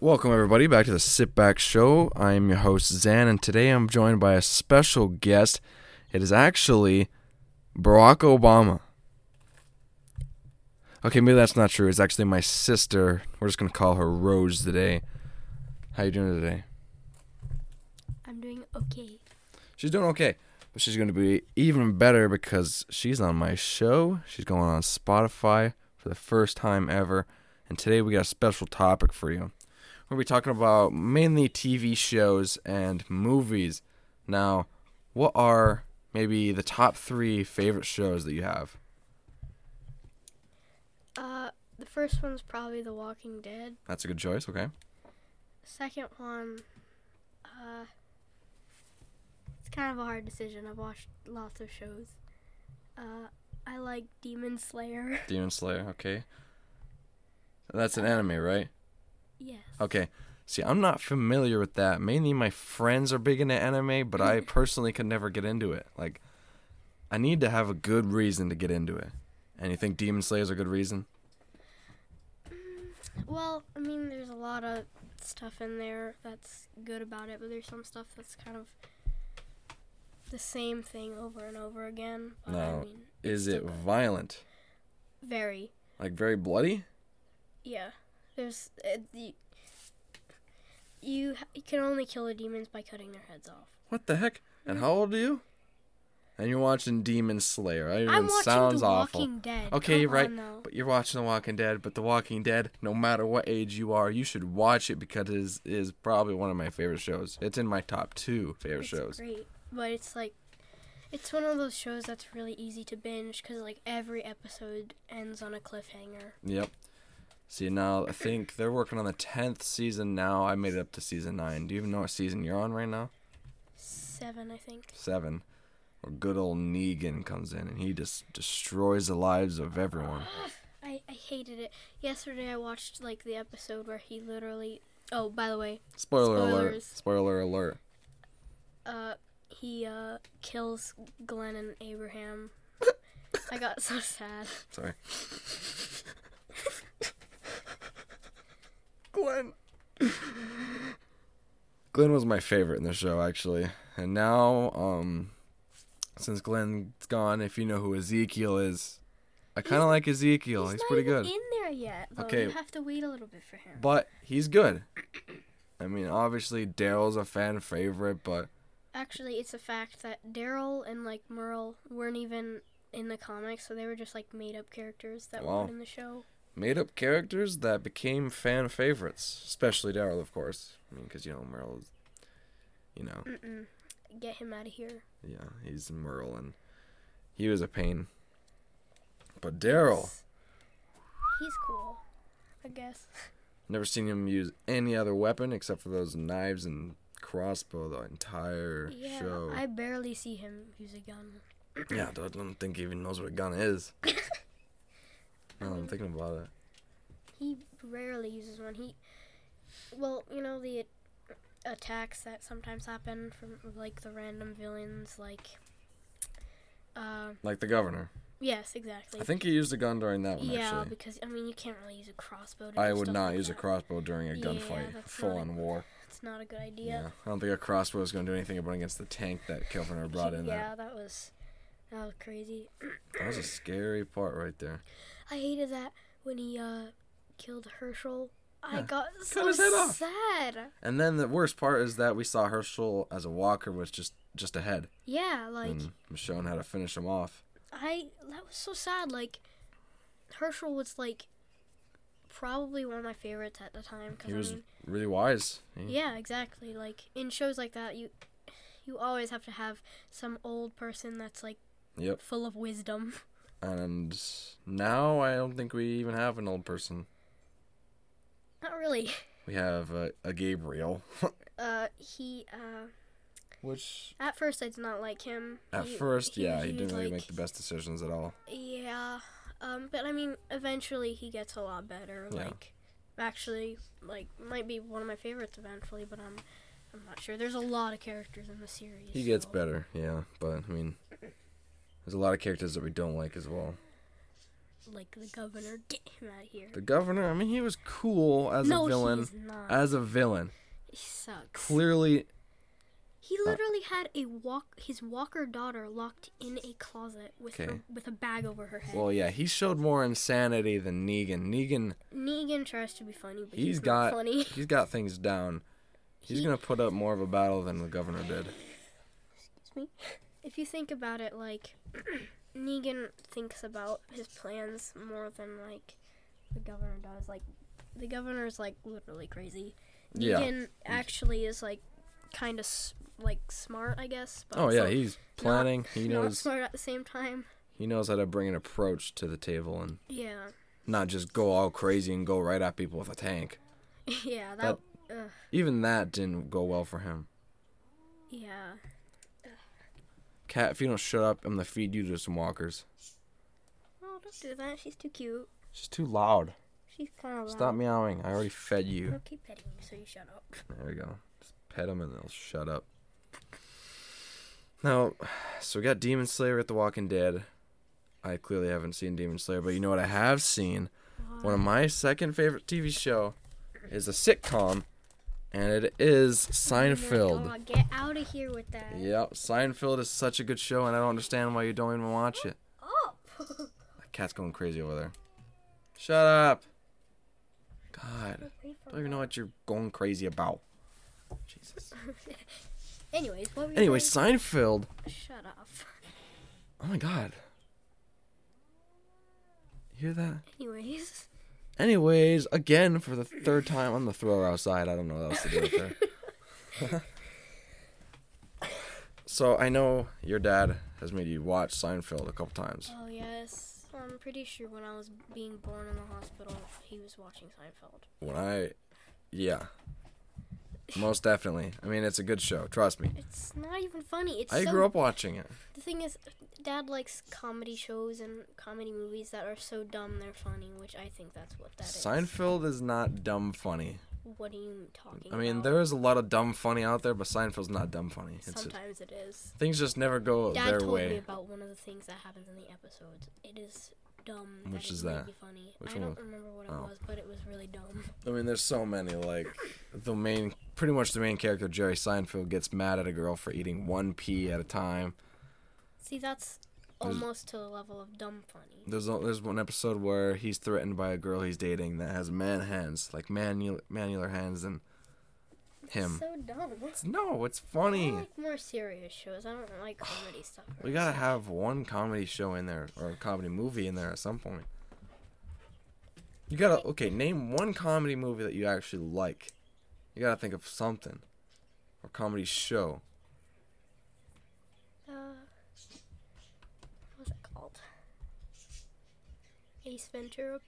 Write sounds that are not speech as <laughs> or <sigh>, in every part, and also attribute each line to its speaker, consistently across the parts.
Speaker 1: Welcome, everybody, back to the Sit Back Show. I'm your host, Zan, and today I'm joined by a special guest. It is actually Barack Obama. Okay, maybe that's not true. It's actually my sister. We're just going to call her Rose today. How you doing today?
Speaker 2: I'm doing okay.
Speaker 1: She's doing okay, but she's going to be even better because she's on my show. She's going on Spotify for the first time ever, and today we got a special topic for you. We'll be talking about mainly TV shows and movies. Now, what are maybe the top three favorite shows that you have?
Speaker 2: Uh, the first one's probably The Walking Dead.
Speaker 1: That's a good choice. Okay.
Speaker 2: Second one, uh, it's kind of a hard decision. I've watched lots of shows. Uh, I like Demon Slayer. <laughs>
Speaker 1: Demon Slayer. Okay. That's an anime, right?
Speaker 2: yes.
Speaker 1: Okay. See, I'm not familiar with that. Mainly my friends are big into anime, but
Speaker 2: <laughs>
Speaker 1: I personally could never get into it. Like, I need to have a good reason to get into it. And you think Demon Slayer is a good reason?
Speaker 2: Well, I mean, there's a lot of stuff in there that's good about it, but there's some stuff that's kind of the same thing over and over again. But
Speaker 1: No.
Speaker 2: I mean,
Speaker 1: Is
Speaker 2: it's
Speaker 1: it
Speaker 2: still-
Speaker 1: violent?
Speaker 2: very?
Speaker 1: Like, very bloody?
Speaker 2: Yeah. There's uh, the. You, ha- you can only kill the demons by cutting their heads off.
Speaker 1: What the heck? And how old are you? And you're watching Demon Slayer. That even
Speaker 2: I'm watching
Speaker 1: sounds
Speaker 2: The
Speaker 1: awful.
Speaker 2: Walking Dead.
Speaker 1: Okay,
Speaker 2: Come
Speaker 1: you're right.
Speaker 2: on now.
Speaker 1: But you're watching The Walking Dead. But The Walking Dead, no matter what age you are, you should watch it because it is, is probably one of my favorite shows. It's in my top two favorite
Speaker 2: It's
Speaker 1: shows.
Speaker 2: great, but it's like it's one of those shows that's really easy to binge because like every episode ends on a cliffhanger.
Speaker 1: Yep. See, now I think they're working on the 10th season now. I made it up to season 9. Do you even know what season you're on right now?
Speaker 2: Seven, I think.
Speaker 1: 7. Where good old Negan comes in and he just destroys the lives of everyone.
Speaker 2: I, I hated it. Yesterday I watched like the episode where he literally. Oh, by the way,
Speaker 1: Spoiler alert.
Speaker 2: Spoilers.
Speaker 1: Spoiler alert.
Speaker 2: uh, he uh kills Glenn and
Speaker 1: <laughs>
Speaker 2: Abraham. I got so sad.
Speaker 1: Sorry. Glenn. Glenn was my favorite in the show, actually. And now, um, since Glenn's gone, if you know who Ezekiel is, I kind of like Ezekiel. He's,
Speaker 2: not
Speaker 1: pretty
Speaker 2: even
Speaker 1: good.
Speaker 2: In there yet? Though.
Speaker 1: Okay.
Speaker 2: You have to wait a little bit for him.
Speaker 1: but he's good. I mean, obviously, Daryl's a fan favorite, but
Speaker 2: Actually, it's a fact that Daryl and like Merle weren't even in the comics, so they were just like made up characters that
Speaker 1: Wow.
Speaker 2: were in the show.
Speaker 1: made up characters that became fan favorites, especially Daryl, of course. I mean, because, you know, Merle's, you know,
Speaker 2: Mm-mm. Get him out of here.
Speaker 1: Yeah, he's Merle, and he was a pain. But Daryl,
Speaker 2: He's cool, I guess.
Speaker 1: never seen him use any other weapon except for those knives and crossbow the entire
Speaker 2: Yeah,
Speaker 1: show.
Speaker 2: I barely see him use a gun.
Speaker 1: Yeah, I don't think he even knows what a gun
Speaker 2: <laughs>
Speaker 1: is. now that I'm thinking about it.
Speaker 2: He rarely uses one. He, well, you know the attacks that sometimes happen from like the random villains, like. Uh,
Speaker 1: Like the governor.
Speaker 2: yes, exactly.
Speaker 1: I think he used a gun during that one,
Speaker 2: yeah,
Speaker 1: actually.
Speaker 2: because I mean you can't really use a crossbow. To
Speaker 1: I
Speaker 2: do
Speaker 1: would
Speaker 2: stuff
Speaker 1: not
Speaker 2: like
Speaker 1: use a
Speaker 2: that.
Speaker 1: crossbow during a
Speaker 2: Yeah,
Speaker 1: gunfight.
Speaker 2: that's
Speaker 1: Full
Speaker 2: not
Speaker 1: on
Speaker 2: a-
Speaker 1: war.
Speaker 2: It's not a good idea.
Speaker 1: Yeah. I don't think a crossbow is going to do anything about against the tank that Kelvin brought in.
Speaker 2: yeah, that was that was crazy. <clears throat>
Speaker 1: That, that was a scary part right there.
Speaker 2: I hated that when he uh killed Herschel. I
Speaker 1: Yeah.
Speaker 2: got so
Speaker 1: his head off.
Speaker 2: sad.
Speaker 1: And then the worst part is that we saw Herschel as a walker was just just ahead,
Speaker 2: Yeah, like
Speaker 1: and was shown how to finish him off.
Speaker 2: I that was so sad. Like Herschel was like probably one of my favorites at the time
Speaker 1: He
Speaker 2: because
Speaker 1: was
Speaker 2: I mean,
Speaker 1: really wise. He-
Speaker 2: yeah, exactly. Like in shows like that, you you always have to have some old person that's like
Speaker 1: Yep.
Speaker 2: full of wisdom.
Speaker 1: And now I don't think we even have an old person.
Speaker 2: Not really.
Speaker 1: We have a, a Gabriel, <laughs>
Speaker 2: Uh, he uh
Speaker 1: which
Speaker 2: At first, I did not like him.
Speaker 1: at
Speaker 2: He-
Speaker 1: first,
Speaker 2: he
Speaker 1: yeah,
Speaker 2: was
Speaker 1: he didn't really
Speaker 2: like-
Speaker 1: make the best decisions at all.
Speaker 2: Yeah, um, but I mean, eventually he gets a lot better.
Speaker 1: Yeah.
Speaker 2: Like, actually, like might be one of my favorites eventually, but I'm, I'm not sure. There's a lot of characters in the series.
Speaker 1: He gets
Speaker 2: so-
Speaker 1: better, yeah, but I mean, there's a lot of characters that we don't like as well.
Speaker 2: like the governor. Get him out of here.
Speaker 1: The governor, I mean, he was cool as
Speaker 2: no,
Speaker 1: a villain.
Speaker 2: he's not.
Speaker 1: As a villain,
Speaker 2: he sucks.
Speaker 1: clearly,
Speaker 2: He literally had a walk his Walker daughter locked in a closet with her,
Speaker 1: Okay.
Speaker 2: with a bag over her head.
Speaker 1: well, yeah, he showed more insanity than Negan. Negan,
Speaker 2: Negan tries to be funny, but
Speaker 1: he's
Speaker 2: he's not
Speaker 1: got
Speaker 2: funny.
Speaker 1: he's got things down. He's
Speaker 2: He-
Speaker 1: gonna put up more of a battle than the governor did.
Speaker 2: Excuse me. If you think about it, like <clears throat> Negan thinks about his plans more than like the governor does. Like the governor's like literally crazy.
Speaker 1: Yeah.
Speaker 2: Negan actually is like kind of s- like smart, I guess. But
Speaker 1: Oh yeah,
Speaker 2: also
Speaker 1: he's planning. he
Speaker 2: not
Speaker 1: knows
Speaker 2: smart at the same time. <laughs>
Speaker 1: he knows how to bring an approach to the table and
Speaker 2: Yeah, <laughs>
Speaker 1: not just go all crazy and go right at people with a tank.
Speaker 2: yeah, that, ugh,
Speaker 1: Even that didn't go well for him.
Speaker 2: yeah.
Speaker 1: Cat, if you don't shut up, I'm gonna feed you to some walkers.
Speaker 2: Oh, don't do that. She's too cute.
Speaker 1: She's too loud.
Speaker 2: She's kind of loud.
Speaker 1: Stop meowing. I already fed you.
Speaker 2: I'll keep petting you so you shut up.
Speaker 1: There we go. Just pet them and they'll shut up. Now, so we got Demon Slayer at The Walking Dead. I clearly haven't seen Demon Slayer, but you know what I have seen? One of
Speaker 2: Oh
Speaker 1: my second favorite TV show is a sitcom, and it is Seinfeld.
Speaker 2: Oh, get out of here with that.
Speaker 1: Yep, Seinfeld is such a good show, and I don't understand why you don't even watch it.
Speaker 2: Up. <laughs>
Speaker 1: The cat's going crazy over there. Shut up. God, I don't even know what you're going crazy about. Jesus.
Speaker 2: Anyways, what were you
Speaker 1: Anyway, Seinfeld.
Speaker 2: saying? shut up. <laughs>
Speaker 1: Oh my God. Hear that?
Speaker 2: Anyways,
Speaker 1: Anyways, again for the third time, I'm gonna throw her outside. I don't know what else to do with her. <laughs> so I know your dad has made you watch Seinfeld a couple times.
Speaker 2: oh yes, I'm pretty sure when I was being born in the hospital, he was watching Seinfeld.
Speaker 1: When I, yeah, most definitely. I mean, it's a good show. Trust me.
Speaker 2: It's not even funny. It's
Speaker 1: I
Speaker 2: so,
Speaker 1: grew up watching it.
Speaker 2: The thing is, Dad likes comedy shows and comedy movies that are so dumb they're funny, which I think that's what that is.
Speaker 1: Seinfeld is not dumb funny.
Speaker 2: What are you talking?
Speaker 1: I mean,
Speaker 2: about?
Speaker 1: there is a lot of dumb funny out there, but Seinfeld's not dumb funny. It's just,
Speaker 2: Sometimes it is.
Speaker 1: things just never go
Speaker 2: Dad
Speaker 1: Oh, their
Speaker 2: told
Speaker 1: way.
Speaker 2: me about one of the things that happens in the episodes. It is dumb. and
Speaker 1: Which
Speaker 2: it's
Speaker 1: is that?
Speaker 2: really Funny.
Speaker 1: Which
Speaker 2: I
Speaker 1: one
Speaker 2: don't
Speaker 1: was-
Speaker 2: remember what it
Speaker 1: Oh.
Speaker 2: was, but it was really dumb.
Speaker 1: I mean, there's so many. Like the main, pretty much the main character, Jerry Seinfeld, gets mad at a girl for eating one pea at a time.
Speaker 2: See, that's almost to the level of dumb funny.
Speaker 1: There's a- there's one episode where he's threatened by a girl he's dating that has man hands, like manual manular hands, and him.
Speaker 2: So dumb.
Speaker 1: It's- no, it's
Speaker 2: I
Speaker 1: funny.
Speaker 2: like more serious shows. I don't
Speaker 1: <sighs>
Speaker 2: like comedy stuff.
Speaker 1: We gotta have one comedy show in there or a comedy movie in there at some point. You gotta okay. Name one comedy movie that you actually like. You gotta think of something, or comedy show.
Speaker 2: Uh, what's it called? Ace Ventura.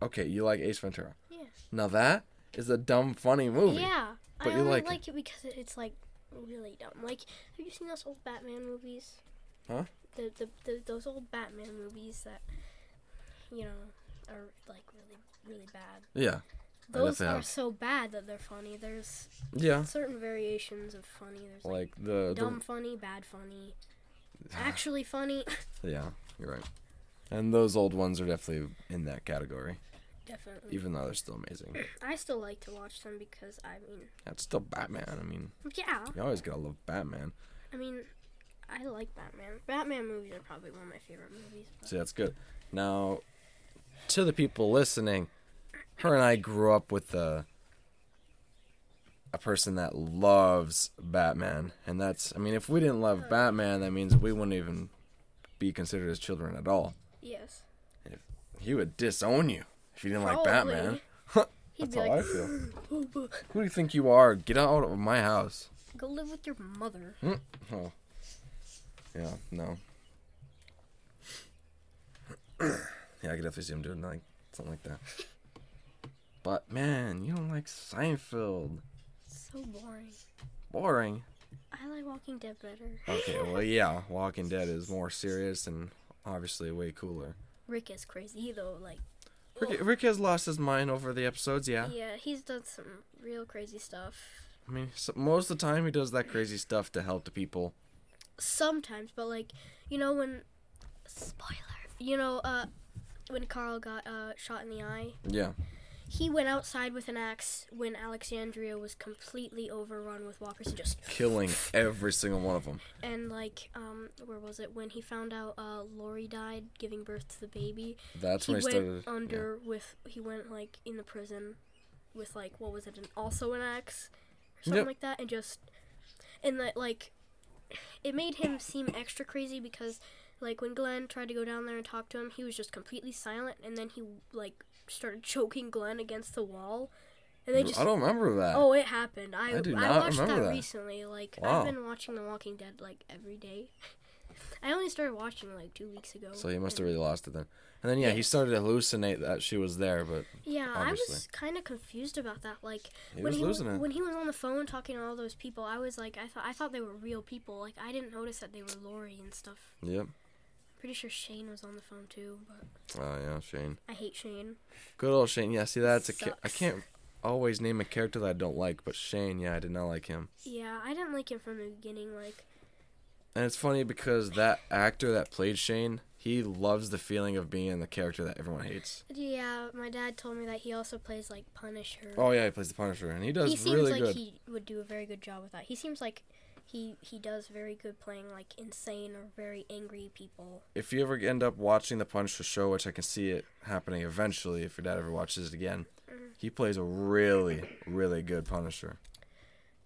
Speaker 1: Okay, you like Ace Ventura.
Speaker 2: Yeah.
Speaker 1: Now that is a dumb funny movie.
Speaker 2: Yeah,
Speaker 1: But
Speaker 2: I
Speaker 1: you
Speaker 2: only
Speaker 1: like
Speaker 2: like,
Speaker 1: it.
Speaker 2: it because it- it's like really dumb. Like, have you seen those old Batman movies?
Speaker 1: Huh?
Speaker 2: The, the, the those old Batman movies that you know are like really really bad.
Speaker 1: Yeah. I
Speaker 2: Those
Speaker 1: definitely
Speaker 2: are
Speaker 1: have.
Speaker 2: so bad that they're funny. There's
Speaker 1: Yeah.
Speaker 2: certain variations of funny. There's like,
Speaker 1: Like the, Ah.
Speaker 2: dumb funny, bad funny, actually funny. <laughs>
Speaker 1: the <sighs> Yeah, you're right. And those old ones are definitely in that category.
Speaker 2: Definitely.
Speaker 1: Even though they're still amazing.
Speaker 2: I still like to watch them because I mean,
Speaker 1: That's still Batman. I mean,
Speaker 2: yeah.
Speaker 1: you always gotta love Batman.
Speaker 2: I mean, I like Batman. Batman movies are probably one of my favorite movies. but-
Speaker 1: So that's good. Now to the people listening, her and I grew up with a a person that loves Batman. And that's I mean, if we didn't love Batman, that means we wouldn't even be considered as children at all.
Speaker 2: Yes.
Speaker 1: He would disown you if you didn't like
Speaker 2: Probably.
Speaker 1: Batman.
Speaker 2: He'd
Speaker 1: That's
Speaker 2: be
Speaker 1: how
Speaker 2: like,
Speaker 1: I feel.
Speaker 2: "Boo, boo.
Speaker 1: Who do you think you are? Get out of my house.
Speaker 2: <gasps> go live with your mother.
Speaker 1: Yeah, no. <clears throat> yeah, I could definitely see him doing like something like that. But man, you don't like Seinfeld.
Speaker 2: So boring.
Speaker 1: Boring.
Speaker 2: I like Walking Dead better.
Speaker 1: Okay, well yeah, Walking Dead is more serious and obviously way cooler.
Speaker 2: Rick is crazy though. Like,
Speaker 1: Rick, Rick has lost his mind over the episodes, yeah.
Speaker 2: yeah, he's done some real crazy stuff.
Speaker 1: I mean, so, most of the time he does that crazy stuff to help the people.
Speaker 2: Sometimes, but like, you know when, spoiler. You know, uh, when Carl got uh, shot in the eye,
Speaker 1: Yeah.
Speaker 2: he went outside with an axe when Alexandria was completely overrun with walkers and just
Speaker 1: Killing every single one of them.
Speaker 2: and like um where was it when he found out uh Lori died giving birth to the baby
Speaker 1: That's
Speaker 2: he
Speaker 1: when
Speaker 2: went
Speaker 1: he started. yeah.
Speaker 2: under with he went like in the prison with like what was it an also an axe or something
Speaker 1: Yep.
Speaker 2: like that and just and that like it made him seem extra crazy because like when Glenn tried to go down there and talk to him he was just completely silent and then he like started <laughs> choking Glenn against the wall and they just
Speaker 1: I don't remember that.
Speaker 2: Oh, it happened. I,
Speaker 1: I do
Speaker 2: I
Speaker 1: not
Speaker 2: watched
Speaker 1: remember
Speaker 2: that,
Speaker 1: that.
Speaker 2: recently. Like
Speaker 1: Wow.
Speaker 2: I've been watching The Walking Dead like every day. <laughs> I only started watching like two weeks ago.
Speaker 1: So he must have
Speaker 2: and-
Speaker 1: really lost it then. And then yeah, he started to hallucinate that she was there, but
Speaker 2: Yeah, I was
Speaker 1: obviously.
Speaker 2: kind of confused about that. Like
Speaker 1: he
Speaker 2: when
Speaker 1: was
Speaker 2: he
Speaker 1: losing
Speaker 2: was,
Speaker 1: it.
Speaker 2: when he was on the phone talking to all those people, I was like, I thought I thought they were real people. Like I didn't notice that they were Lori and stuff.
Speaker 1: Yep.
Speaker 2: Pretty sure Shane was on the phone too, but
Speaker 1: Oh yeah, Shane.
Speaker 2: I hate Shane.
Speaker 1: Good old Shane. Yeah, see that's a ca- I
Speaker 2: Sucks.
Speaker 1: can't always name a character that I don't like, but Shane, yeah, I did not like him.
Speaker 2: Yeah, I didn't like him from the beginning. Like
Speaker 1: And it's funny because that actor that played Shane, he loves the feeling of being the character that everyone hates.
Speaker 2: yeah, my dad told me that he also plays like Punisher.
Speaker 1: Oh yeah, he plays the Punisher, and he does
Speaker 2: he seems
Speaker 1: really
Speaker 2: like
Speaker 1: good.
Speaker 2: he would do a very good job with that. He seems like he he does very good playing like insane or very angry people.
Speaker 1: If you ever end up watching the Punisher show, which I can see it happening eventually, if your dad ever watches it again,
Speaker 2: Mm-hmm.
Speaker 1: he plays a really, really good Punisher.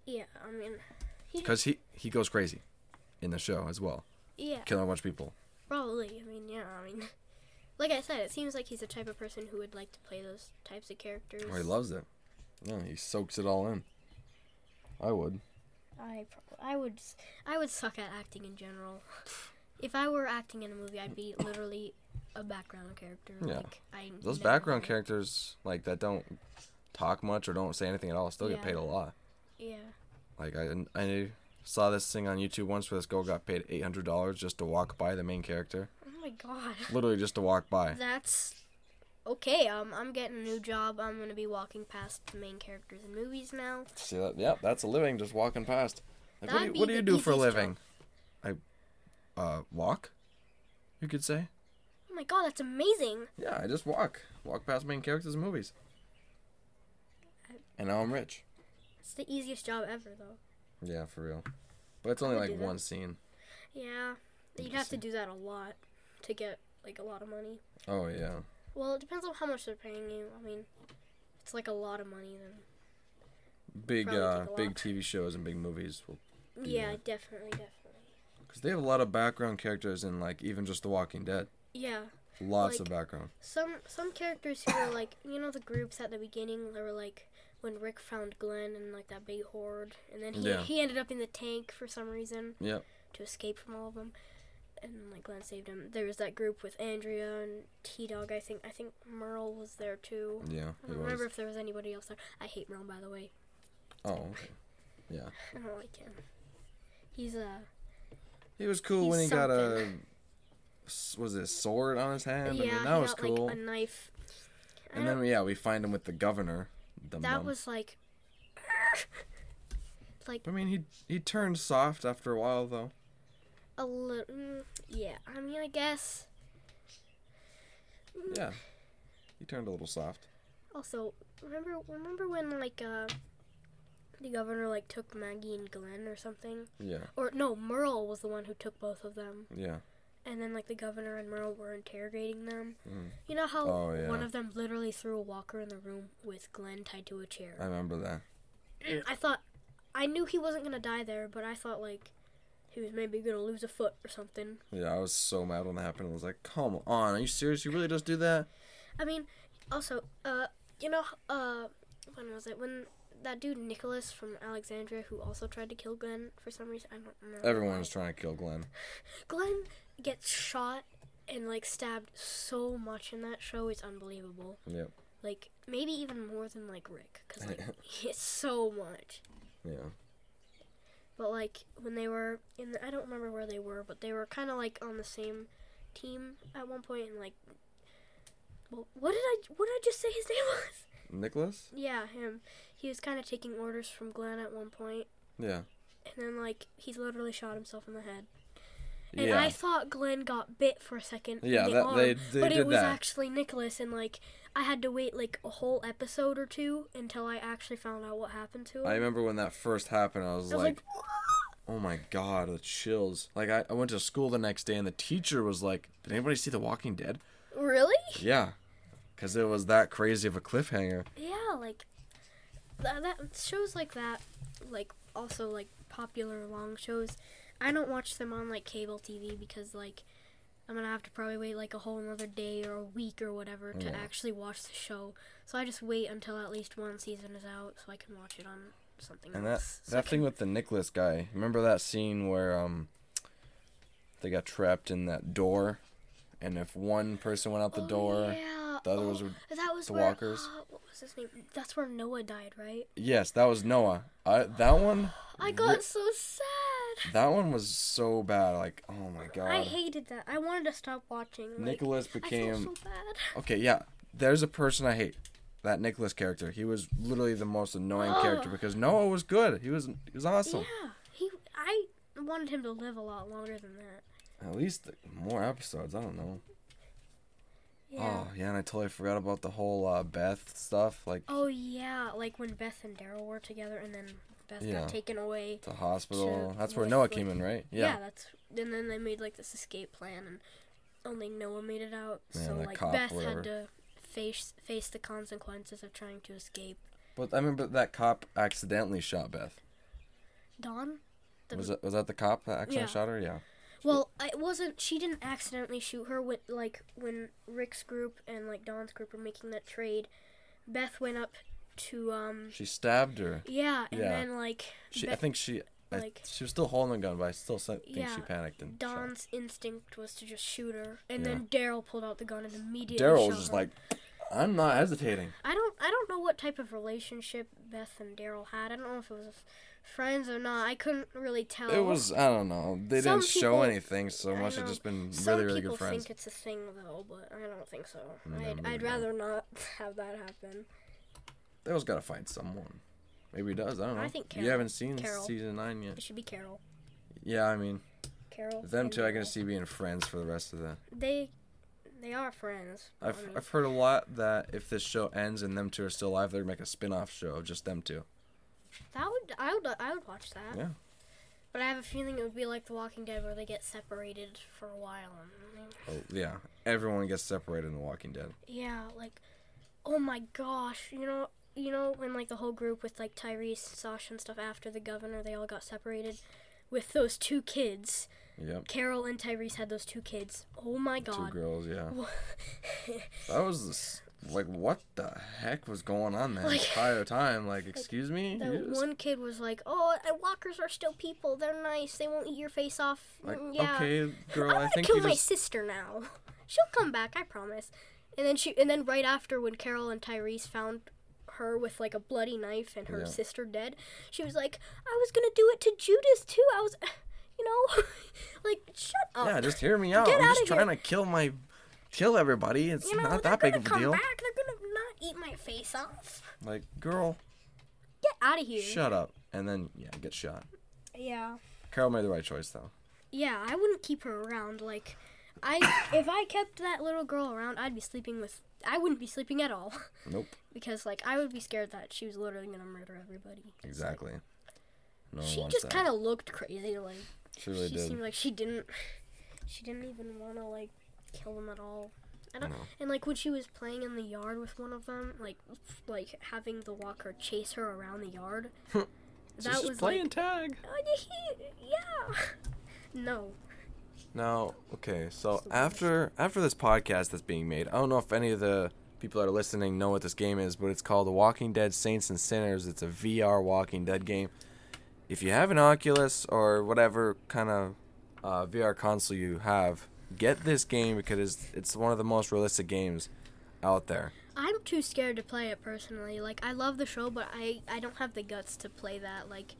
Speaker 2: Yeah, I mean,
Speaker 1: because he he goes crazy in the show as well,
Speaker 2: yeah,
Speaker 1: killing a bunch of people.
Speaker 2: probably. I mean, yeah, I mean, <laughs> like I said, it seems like he's the type of person who would like to play those types of characters.
Speaker 1: Oh, he loves it. Yeah, he soaks it all in. I would.
Speaker 2: I prob- I would s- I would suck at acting in general. If I were acting in a movie, I'd be literally a background character.
Speaker 1: Yeah.
Speaker 2: Like, I
Speaker 1: Those
Speaker 2: never-
Speaker 1: background characters like that don't talk much or don't say anything at all still
Speaker 2: Yeah.
Speaker 1: get paid a lot.
Speaker 2: Yeah.
Speaker 1: Like I I saw this thing on YouTube once where this girl got paid eight hundred dollars just to walk by the main character,
Speaker 2: Oh my god. <laughs>
Speaker 1: literally just to walk by.
Speaker 2: That's okay. Um, I'm getting a new job. I'm gonna be walking past the main characters in movies now.
Speaker 1: See that? Yep, that's a living just walking past. Like, what do
Speaker 2: That'd
Speaker 1: you,
Speaker 2: be
Speaker 1: what do
Speaker 2: the
Speaker 1: you do for a
Speaker 2: easiest
Speaker 1: living? I uh walk. You could say.
Speaker 2: Oh my god, that's amazing!
Speaker 1: Yeah, I just walk. Walk past main characters in movies. And now I'm rich.
Speaker 2: It's the easiest job ever, though.
Speaker 1: Yeah, for real. But it's only
Speaker 2: would do
Speaker 1: like
Speaker 2: that.
Speaker 1: one scene.
Speaker 2: Yeah, you'd have to do that a lot to get like a lot of money.
Speaker 1: Oh yeah.
Speaker 2: Well, it depends on how much they're paying you. I mean, if it's like a lot of money. Then
Speaker 1: Big
Speaker 2: Probably
Speaker 1: uh
Speaker 2: take a
Speaker 1: big
Speaker 2: walk.
Speaker 1: TV shows and big movies will
Speaker 2: yeah,
Speaker 1: Yeah.
Speaker 2: definitely, definitely.
Speaker 1: cuz they have a lot of background characters in like even just The Walking Dead.
Speaker 2: Yeah,
Speaker 1: Lots
Speaker 2: Like-
Speaker 1: of background.
Speaker 2: some some characters who were like you know the groups at the beginning they were like when Rick found Glenn and like that big horde, and then he
Speaker 1: Yeah.
Speaker 2: he ended up in the tank for some reason.
Speaker 1: Yep.
Speaker 2: to escape from all of them. And like Glenn saved him. There was that group with Andrea and T Dog. I think I think Merle was there too.
Speaker 1: Yeah,
Speaker 2: I
Speaker 1: it
Speaker 2: don't remember
Speaker 1: was.
Speaker 2: if there was anybody else there. I hate Merle by the way. <laughs>
Speaker 1: Oh, okay.
Speaker 2: I don't like him. He's a
Speaker 1: He was cool
Speaker 2: He's
Speaker 1: when he got a s- was it a sword on his
Speaker 2: yeah.
Speaker 1: hand? I mean,
Speaker 2: he
Speaker 1: that was
Speaker 2: got,
Speaker 1: cool.
Speaker 2: like a knife. I
Speaker 1: and
Speaker 2: don't-
Speaker 1: then yeah, we find him with the governor. The
Speaker 2: that
Speaker 1: mom.
Speaker 2: was like <laughs>
Speaker 1: I mean, he he turned soft after a while though.
Speaker 2: a little. Yeah, I mean I guess. Mm,
Speaker 1: Yeah. He turned a little soft.
Speaker 2: Also, remember remember when like uh, the governor like took Maggie and Glenn or something.
Speaker 1: Yeah.
Speaker 2: or no, Merle was the one who took both of them,
Speaker 1: Yeah.
Speaker 2: and then like the governor and Merle were interrogating them.
Speaker 1: Mm.
Speaker 2: You know how
Speaker 1: Oh, yeah.
Speaker 2: one of them literally threw a walker in the room with Glenn tied to a
Speaker 1: I
Speaker 2: chair.
Speaker 1: remember that.
Speaker 2: I thought, I knew he wasn't gonna die there, but I thought like he was maybe gonna lose a foot or something.
Speaker 1: Yeah, I was so mad when that happened. I was like, "Come on, are you serious? You really just do that?"
Speaker 2: I mean, also, uh, you know, uh, when was it when? That dude Nicholas from Alexandria, who also tried to kill Glenn for some reason, I don't remember.
Speaker 1: Everyone
Speaker 2: why.
Speaker 1: was trying to kill Glenn.
Speaker 2: Glenn gets shot and like stabbed so much in that show. It's unbelievable.
Speaker 1: Yep.
Speaker 2: Like maybe even more than like Rick, because like it's so much.
Speaker 1: Yeah.
Speaker 2: But like when they were in, the, I don't remember where they were, but they were kind of like on the same team at one point, and like, well, what did I what did I just say his <laughs> name was?
Speaker 1: Nicholas?
Speaker 2: yeah, him. He was kind of taking orders from Glenn at one point,
Speaker 1: Yeah.
Speaker 2: and then like he literally shot himself in the head. And
Speaker 1: yeah.
Speaker 2: I thought Glenn got bit for a second. in
Speaker 1: yeah,
Speaker 2: the
Speaker 1: that,
Speaker 2: arm,
Speaker 1: they, they
Speaker 2: but
Speaker 1: did
Speaker 2: it was
Speaker 1: that.
Speaker 2: actually Nicholas, and like I had to wait like a whole episode or two until I actually found out what happened to him.
Speaker 1: I remember when that first happened, I was,
Speaker 2: I
Speaker 1: like,
Speaker 2: was like,
Speaker 1: oh my god, the chills. Like, I, I went to school the next day and the teacher was like, did anybody see The Walking Dead?
Speaker 2: really?
Speaker 1: Yeah. Because it was that crazy of a cliffhanger.
Speaker 2: Yeah, like that, that shows like that, like also like popular long shows. I don't watch them on like cable TV because like I'm gonna have to probably wait like a whole another day or a week or whatever to
Speaker 1: Yeah.
Speaker 2: actually watch the show. So I just wait until at least one season is out so I can watch it on something
Speaker 1: And that
Speaker 2: else. So I
Speaker 1: that thing
Speaker 2: can-
Speaker 1: with the Nicholas guy. Remember that scene where um they got trapped in that door, and if one person went out the
Speaker 2: Oh,
Speaker 1: door,
Speaker 2: Yeah.
Speaker 1: the other
Speaker 2: oh,
Speaker 1: was with
Speaker 2: that was
Speaker 1: the
Speaker 2: where,
Speaker 1: walkers.
Speaker 2: uh, what was his name? That's where Noah died, right?
Speaker 1: yes, that was Noah. I, that one,
Speaker 2: I
Speaker 1: Re-
Speaker 2: got so sad.
Speaker 1: that one was so bad. Like, oh my
Speaker 2: I
Speaker 1: god,
Speaker 2: hated that. I wanted to stop watching. Like,
Speaker 1: Nicholas
Speaker 2: I
Speaker 1: became
Speaker 2: feel so bad.
Speaker 1: okay. Yeah, there's a person I hate. That Nicholas character. He was literally the most
Speaker 2: <gasps>
Speaker 1: annoying character
Speaker 2: Ugh.
Speaker 1: because Noah was good. He was he was awesome.
Speaker 2: Yeah, he. I wanted him to live a lot longer than that.
Speaker 1: At least more episodes. I don't know.
Speaker 2: Yeah.
Speaker 1: Oh yeah, and I totally forgot about the whole uh, Beth stuff. Like
Speaker 2: Oh yeah, like when Beth and Daryl were together, and then Beth
Speaker 1: Yeah.
Speaker 2: got taken away.
Speaker 1: The hospital.
Speaker 2: to
Speaker 1: That's where
Speaker 2: with,
Speaker 1: Noah
Speaker 2: like-
Speaker 1: came in, right?
Speaker 2: Yeah.
Speaker 1: Yeah.
Speaker 2: that's. And then they made like this escape plan, and only Noah made it out.
Speaker 1: Yeah,
Speaker 2: so
Speaker 1: that
Speaker 2: like
Speaker 1: cop,
Speaker 2: Beth
Speaker 1: whatever.
Speaker 2: had to face face the consequences of trying to escape.
Speaker 1: But I remember that cop accidentally shot Beth.
Speaker 2: Dawn. The-
Speaker 1: Was that was that the cop that accidentally
Speaker 2: Yeah.
Speaker 1: shot her? Yeah.
Speaker 2: Well, it wasn't. She didn't accidentally shoot her. With like when Rick's group and like Dawn's group were making that trade, Beth went up to um.
Speaker 1: She stabbed her.
Speaker 2: Yeah, and
Speaker 1: Yeah.
Speaker 2: then like
Speaker 1: She. I
Speaker 2: Beth-
Speaker 1: think she. I-
Speaker 2: like-
Speaker 1: she was still holding the gun, but I still se- think she
Speaker 2: Yeah,
Speaker 1: panicked and shot.
Speaker 2: Don's instinct was to just shoot her, and
Speaker 1: Yeah.
Speaker 2: then Daryl pulled out the gun and immediately.
Speaker 1: Daryl
Speaker 2: shot
Speaker 1: was just
Speaker 2: her.
Speaker 1: like, "I'm not hesitating."
Speaker 2: I don't, I don't know what type of relationship Beth and Daryl had. I don't know if it was friends or not. I couldn't really tell.
Speaker 1: It was. I don't know. They
Speaker 2: Some
Speaker 1: didn't show
Speaker 2: people-
Speaker 1: anything, so
Speaker 2: I
Speaker 1: it must have
Speaker 2: know.
Speaker 1: just been
Speaker 2: Some
Speaker 1: really, really
Speaker 2: people
Speaker 1: good friends.
Speaker 2: think it's a thing though, but I don't think so.
Speaker 1: No,
Speaker 2: I'd,
Speaker 1: maybe
Speaker 2: I'd
Speaker 1: not.
Speaker 2: rather not <laughs> have that happen.
Speaker 1: Daryl's got to find someone. Maybe he does. I don't know.
Speaker 2: I think
Speaker 1: you
Speaker 2: Carol-
Speaker 1: haven't seen
Speaker 2: Carol.
Speaker 1: season nine yet.
Speaker 2: It should be Carol.
Speaker 1: Yeah, I mean,
Speaker 2: Carol.
Speaker 1: them
Speaker 2: and
Speaker 1: two, I
Speaker 2: Daryl.
Speaker 1: can see being friends for the rest of the
Speaker 2: They, they are friends. I
Speaker 1: I've,
Speaker 2: mean,
Speaker 1: I've heard a lot that if this show ends and them two are still alive, they're gonna make a spin-off show of just them two.
Speaker 2: that would, I would, I would watch that.
Speaker 1: Yeah.
Speaker 2: But I have a feeling it would be like The Walking Dead, where they get separated for a while. and-
Speaker 1: Oh, yeah, everyone gets separated in The Walking Dead.
Speaker 2: Yeah, like, oh my gosh, you know, you know when like the whole group with like Tyrese, Sasha, and stuff after the governor, they all got separated. With those two kids,
Speaker 1: Yep,
Speaker 2: Carol and Tyrese had those two kids. Oh my
Speaker 1: two
Speaker 2: god.
Speaker 1: girls. Yeah, that was this, like what the heck was going on that
Speaker 2: Like-
Speaker 1: entire time? Like, excuse me,
Speaker 2: <laughs> That
Speaker 1: You just-
Speaker 2: one kid was like, "Oh, uh, walkers are still people. They're nice. They won't eat your face off."
Speaker 1: like
Speaker 2: Mm, yeah.
Speaker 1: okay, girl,
Speaker 2: I'm
Speaker 1: I
Speaker 2: gonna
Speaker 1: think
Speaker 2: kill
Speaker 1: you
Speaker 2: my
Speaker 1: just
Speaker 2: sister now. <laughs> She'll come back, I promise. And then she, and then right after when Carol and Tyrese found her with like a bloody knife and her
Speaker 1: Yeah.
Speaker 2: sister dead, she was like, "I was gonna do it to Judas too. I was, <laughs> you know, <laughs> like shut up.
Speaker 1: yeah, just hear me out.
Speaker 2: Get
Speaker 1: I'm
Speaker 2: outta
Speaker 1: just
Speaker 2: here.
Speaker 1: trying to kill my kill everybody. It's
Speaker 2: you know,
Speaker 1: not
Speaker 2: they're
Speaker 1: that big
Speaker 2: gonna
Speaker 1: of a
Speaker 2: come
Speaker 1: deal.
Speaker 2: back. They're gonna not eat my face off.
Speaker 1: Like, girl,
Speaker 2: Get out of here.
Speaker 1: shut up. And then yeah, get shot.
Speaker 2: Yeah.
Speaker 1: Carol made the right choice though.
Speaker 2: Yeah, I wouldn't keep her around. Like, I <coughs> if I kept that little girl around, I'd be sleeping with. I wouldn't be sleeping at all.
Speaker 1: Nope.
Speaker 2: because like I would be scared that she was literally gonna murder everybody. It's like-
Speaker 1: Exactly. No one
Speaker 2: she
Speaker 1: wants
Speaker 2: just
Speaker 1: that.
Speaker 2: kind of looked crazy. Like
Speaker 1: She really
Speaker 2: she
Speaker 1: did.
Speaker 2: seemed like she didn't. She didn't even want to like kill them at all. I don't.
Speaker 1: No.
Speaker 2: And like when she was playing in the yard with one of them, like like having the walker chase her around the
Speaker 1: <laughs>
Speaker 2: yard. that was like,
Speaker 1: tag.
Speaker 2: "Oh, yeah, he- yeah. <laughs> no,
Speaker 1: Now, okay, so after after this podcast that's being made, I don't know if any of the people that are listening know what this game is, but it's called The Walking Dead Saints and Sinners. It's a VR Walking Dead game. If you have an Oculus or whatever kind of uh, VR console you have, get this game because it's, it's one of the most realistic games out there.
Speaker 2: I'm too scared to play it personally. Like I love the show, but I I don't have the guts to play that. Like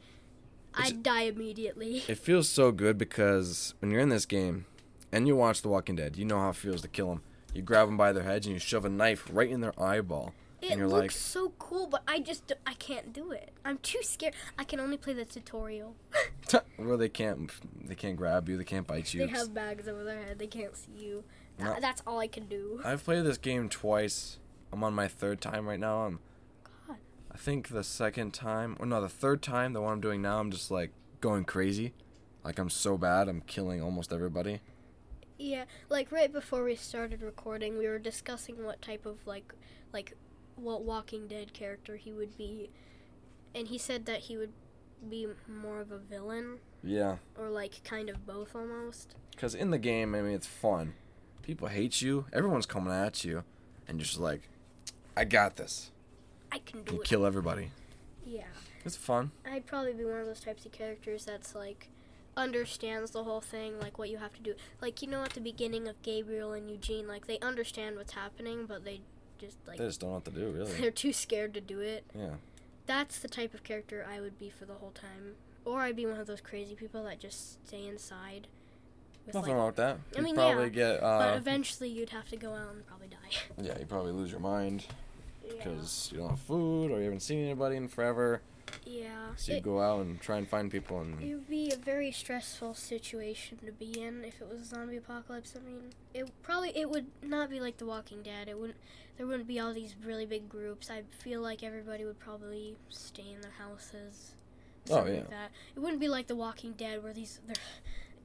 Speaker 2: I'd die immediately.
Speaker 1: It feels so good because when you're in this game and you watch The Walking Dead, you know how it feels to kill them. You grab them by their heads and you shove a knife right in their eyeball. <laughs>
Speaker 2: It
Speaker 1: And you're
Speaker 2: looks
Speaker 1: like-
Speaker 2: so cool, but I just I can't do it. I'm too scared. I can only play the tutorial. <laughs>
Speaker 1: Where they can't they can't grab you, they can't bite you.
Speaker 2: They have bags over their head. They can't see you.
Speaker 1: No.
Speaker 2: Th- That's all I can
Speaker 1: <laughs>
Speaker 2: do.
Speaker 1: I've played this game twice. I'm on my third time right now. I'm
Speaker 2: God.
Speaker 1: I think the second time or no, the third time, the one I'm doing now, I'm just like going crazy. Like I'm so bad, I'm killing almost everybody.
Speaker 2: Yeah, like right before we started recording, we were discussing what type of like like what Walking Dead character he would be. And he said that he would be more of a villain
Speaker 1: Yeah.
Speaker 2: or like kind of both almost.
Speaker 1: Because in the game, I mean, it's fun. People hate you. Everyone's coming at you, and you're just like, "I got this."
Speaker 2: I can do
Speaker 1: You
Speaker 2: it.
Speaker 1: kill everybody.
Speaker 2: yeah.
Speaker 1: It's fun.
Speaker 2: I'd probably be one of those types of characters that's like understands the whole thing, like what you have to do. Like you know, at the beginning of Gabriel and Eugene, like they understand what's happening, but they just like
Speaker 1: They
Speaker 2: <laughs>
Speaker 1: just don't know what to do, really.
Speaker 2: they're too scared to do it.
Speaker 1: Yeah.
Speaker 2: That's the type of character I would be for the whole time, or I'd be one of those crazy people that just stay inside. With,
Speaker 1: Nothing
Speaker 2: like,
Speaker 1: wrong with that.
Speaker 2: I mean,
Speaker 1: you probably
Speaker 2: yeah,
Speaker 1: get.
Speaker 2: but
Speaker 1: Uh,
Speaker 2: eventually, you'd have to go out and probably die. <laughs>
Speaker 1: yeah, you probably lose your mind
Speaker 2: Yeah.
Speaker 1: because you don't have food or you haven't seen anybody in forever.
Speaker 2: Yeah.
Speaker 1: So you
Speaker 2: It-
Speaker 1: go out and try and find people, and
Speaker 2: It would be a very stressful situation to be in if it was a zombie apocalypse. I mean, it probably it would not be like The Walking Dead. It wouldn't there wouldn't be all these really big groups. I feel like everybody would probably stay in their houses.
Speaker 1: Oh,
Speaker 2: something
Speaker 1: yeah.
Speaker 2: Like that. It wouldn't be like The Walking Dead where these they're-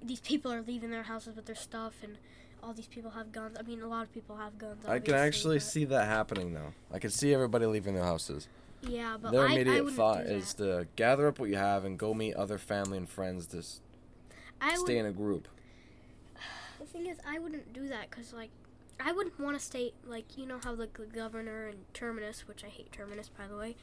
Speaker 2: these people are leaving their houses with their stuff and all these people have guns. I mean, a lot of people have guns.
Speaker 1: I can
Speaker 2: obviously,
Speaker 1: actually
Speaker 2: but-
Speaker 1: see that happening though. I can see everybody leaving their houses.
Speaker 2: Yeah, but
Speaker 1: Their
Speaker 2: I, I
Speaker 1: immediate
Speaker 2: wouldn't
Speaker 1: thought
Speaker 2: do that.
Speaker 1: is to gather up what you have and go meet other family and friends. Just
Speaker 2: I would
Speaker 1: stay in a group.
Speaker 2: The thing is, I wouldn't do that because, like, I wouldn't want to stay, like, you know how the g- governor and Terminus, which I hate Terminus, by the way,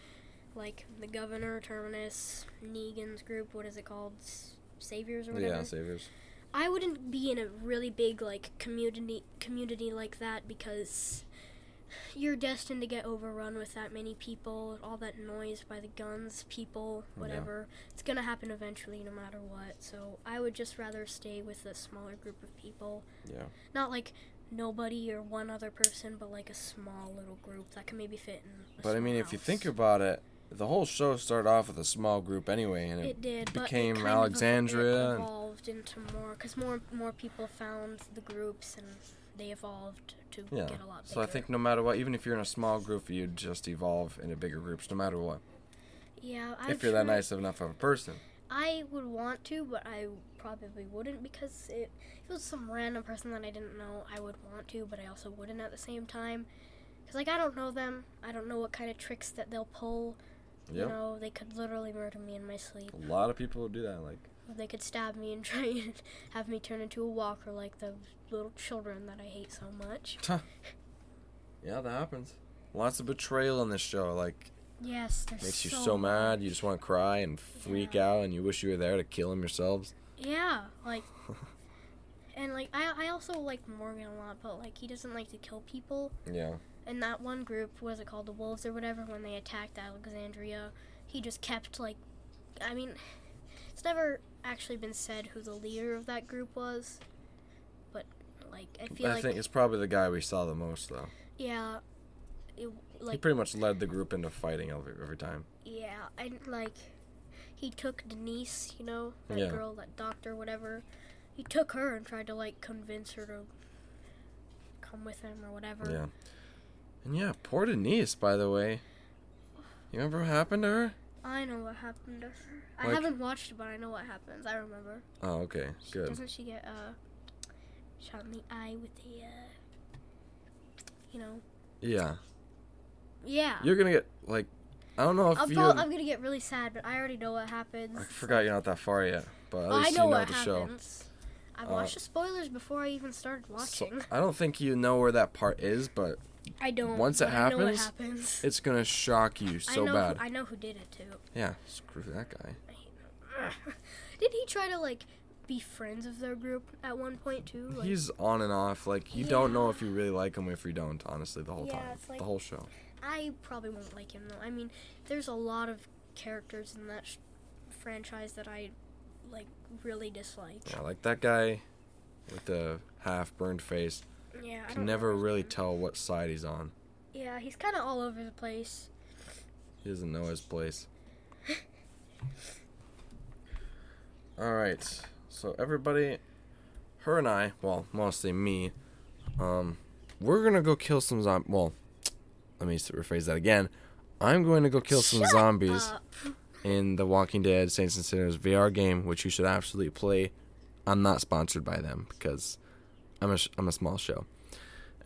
Speaker 2: like, the governor, Terminus, Negan's group, what is it called? S- Saviors or whatever?
Speaker 1: Yeah, saviors.
Speaker 2: I wouldn't be in a really big, like, community, community like that because you're destined to get overrun with that many people, all that noise by the guns, people,
Speaker 1: Yeah.
Speaker 2: whatever. It's going to happen eventually, no matter what. So I would just rather stay with a smaller group of people
Speaker 1: Yeah.
Speaker 2: not like nobody or one other person, but like a small little group that can maybe fit in. a
Speaker 1: But I
Speaker 2: small
Speaker 1: mean, if you think
Speaker 2: house.
Speaker 1: about it, the whole show started off with a small group anyway, and it,
Speaker 2: it did, but
Speaker 1: became
Speaker 2: it kind
Speaker 1: Alexandria
Speaker 2: of
Speaker 1: and-
Speaker 2: ev- evolved into more because more more people found the groups and they evolved to
Speaker 1: yeah.
Speaker 2: get a lot bigger.
Speaker 1: So I think no matter what, even if you're in a small group, you just evolve into bigger groups, no matter what.
Speaker 2: yeah, I'm
Speaker 1: if you're that
Speaker 2: sure
Speaker 1: nice enough of a person,
Speaker 2: I would want to, but I probably wouldn't because it, if it was some random person that I didn't know, I would want to, but I also wouldn't at the same time. Because, like, I don't know them. I don't know what kind of tricks that they'll pull.
Speaker 1: Yep.
Speaker 2: You know, they could literally murder me in my sleep.
Speaker 1: a lot of people do that. Like,
Speaker 2: Or they could stab me and <laughs> try and have me turn into a walker like the little children that I hate so much.
Speaker 1: yeah, that happens. Lots of betrayal in this show. Like,
Speaker 2: Yes, there's
Speaker 1: makes you so mad. You just want to cry and freak out, and you wish you were there to kill them yourselves.
Speaker 2: Yeah,
Speaker 1: <laughs>
Speaker 2: like, and like I, I also like Morgan a lot, but like he doesn't like to kill people.
Speaker 1: Yeah.
Speaker 2: And that one group, was it called, the Wolves or whatever, when they attacked Alexandria, he just kept, like, I mean, it's never actually been said who the leader of that group was, but, like, I feel
Speaker 1: I
Speaker 2: like,
Speaker 1: think it's probably the guy we saw the most, though.
Speaker 2: yeah, it,
Speaker 1: he
Speaker 2: like,
Speaker 1: pretty much led the group into fighting every, every time.
Speaker 2: yeah, and, like, he took Denise, you know, that
Speaker 1: Yeah.
Speaker 2: girl, that doctor, whatever, he took her and tried to, like, convince her to come with him or whatever.
Speaker 1: Yeah. And yeah, poor Denise, by the way. You remember what happened to her?
Speaker 2: I know what happened to her. I
Speaker 1: Like-
Speaker 2: haven't watched it, but I know what happens. I remember.
Speaker 1: Oh, okay. Good.
Speaker 2: Doesn't she get uh shot in the eye with the uh you know?
Speaker 1: Yeah.
Speaker 2: Yeah.
Speaker 1: You're going to get, like, I don't know if
Speaker 2: I'm,
Speaker 1: you.
Speaker 2: prob- I'm gonna get really sad, but I already know what happens.
Speaker 1: I forgot you're not that far yet, but at
Speaker 2: Well,
Speaker 1: least
Speaker 2: I know
Speaker 1: you know
Speaker 2: what
Speaker 1: the show.
Speaker 2: happens. I
Speaker 1: Uh,
Speaker 2: watched the spoilers before I even started
Speaker 1: So,
Speaker 2: watching.
Speaker 1: I don't think you know where that part is, but
Speaker 2: I don't.
Speaker 1: once it
Speaker 2: but I know what
Speaker 1: happens,
Speaker 2: happens.
Speaker 1: it's going to shock you so
Speaker 2: I know
Speaker 1: bad.
Speaker 2: Who, I know who did it too.
Speaker 1: Yeah, screw that guy.
Speaker 2: <laughs> did he try to like be friends of their group at one point too? Like,
Speaker 1: He's on and off. Like, you don't know if you really like him or if you don't, honestly, the whole
Speaker 2: Yeah,
Speaker 1: time.
Speaker 2: it's like-
Speaker 1: the whole show.
Speaker 2: I probably won't like him though. I mean, there's a lot of characters in that sh- franchise that I like really dislike.
Speaker 1: Yeah, like that guy with the half burned face.
Speaker 2: Yeah, I
Speaker 1: Can
Speaker 2: don't
Speaker 1: never
Speaker 2: know.
Speaker 1: really tell what side he's on.
Speaker 2: Yeah, he's kind of all over the place.
Speaker 1: He doesn't know his place. All right. So everybody, her and I, well, mostly me, um, we're gonna go kill some zombies. Well, let me s- rephrase that again. I'm going to go kill some
Speaker 2: Shut
Speaker 1: zombies
Speaker 2: up.
Speaker 1: in the Walking Dead Saints and Sinners VR game, which you should absolutely play. I'm not sponsored by them because I'm a sh- I'm a small show.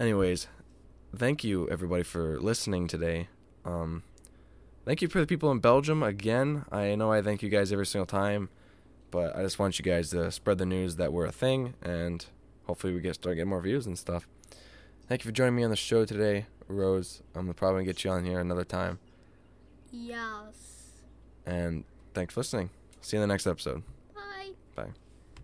Speaker 1: Anyways, thank you everybody for listening today. Um, thank you for the people in Belgium again. I know I thank you guys every single time, but I just want you guys to spread the news that we're a thing, and hopefully we get start getting more views and stuff. Thank you for joining me on the show today, Rose. I'm probably gonna get you on here another time,
Speaker 2: Yes.
Speaker 1: and thanks for listening. See you in the next episode.
Speaker 2: Bye.
Speaker 1: Bye.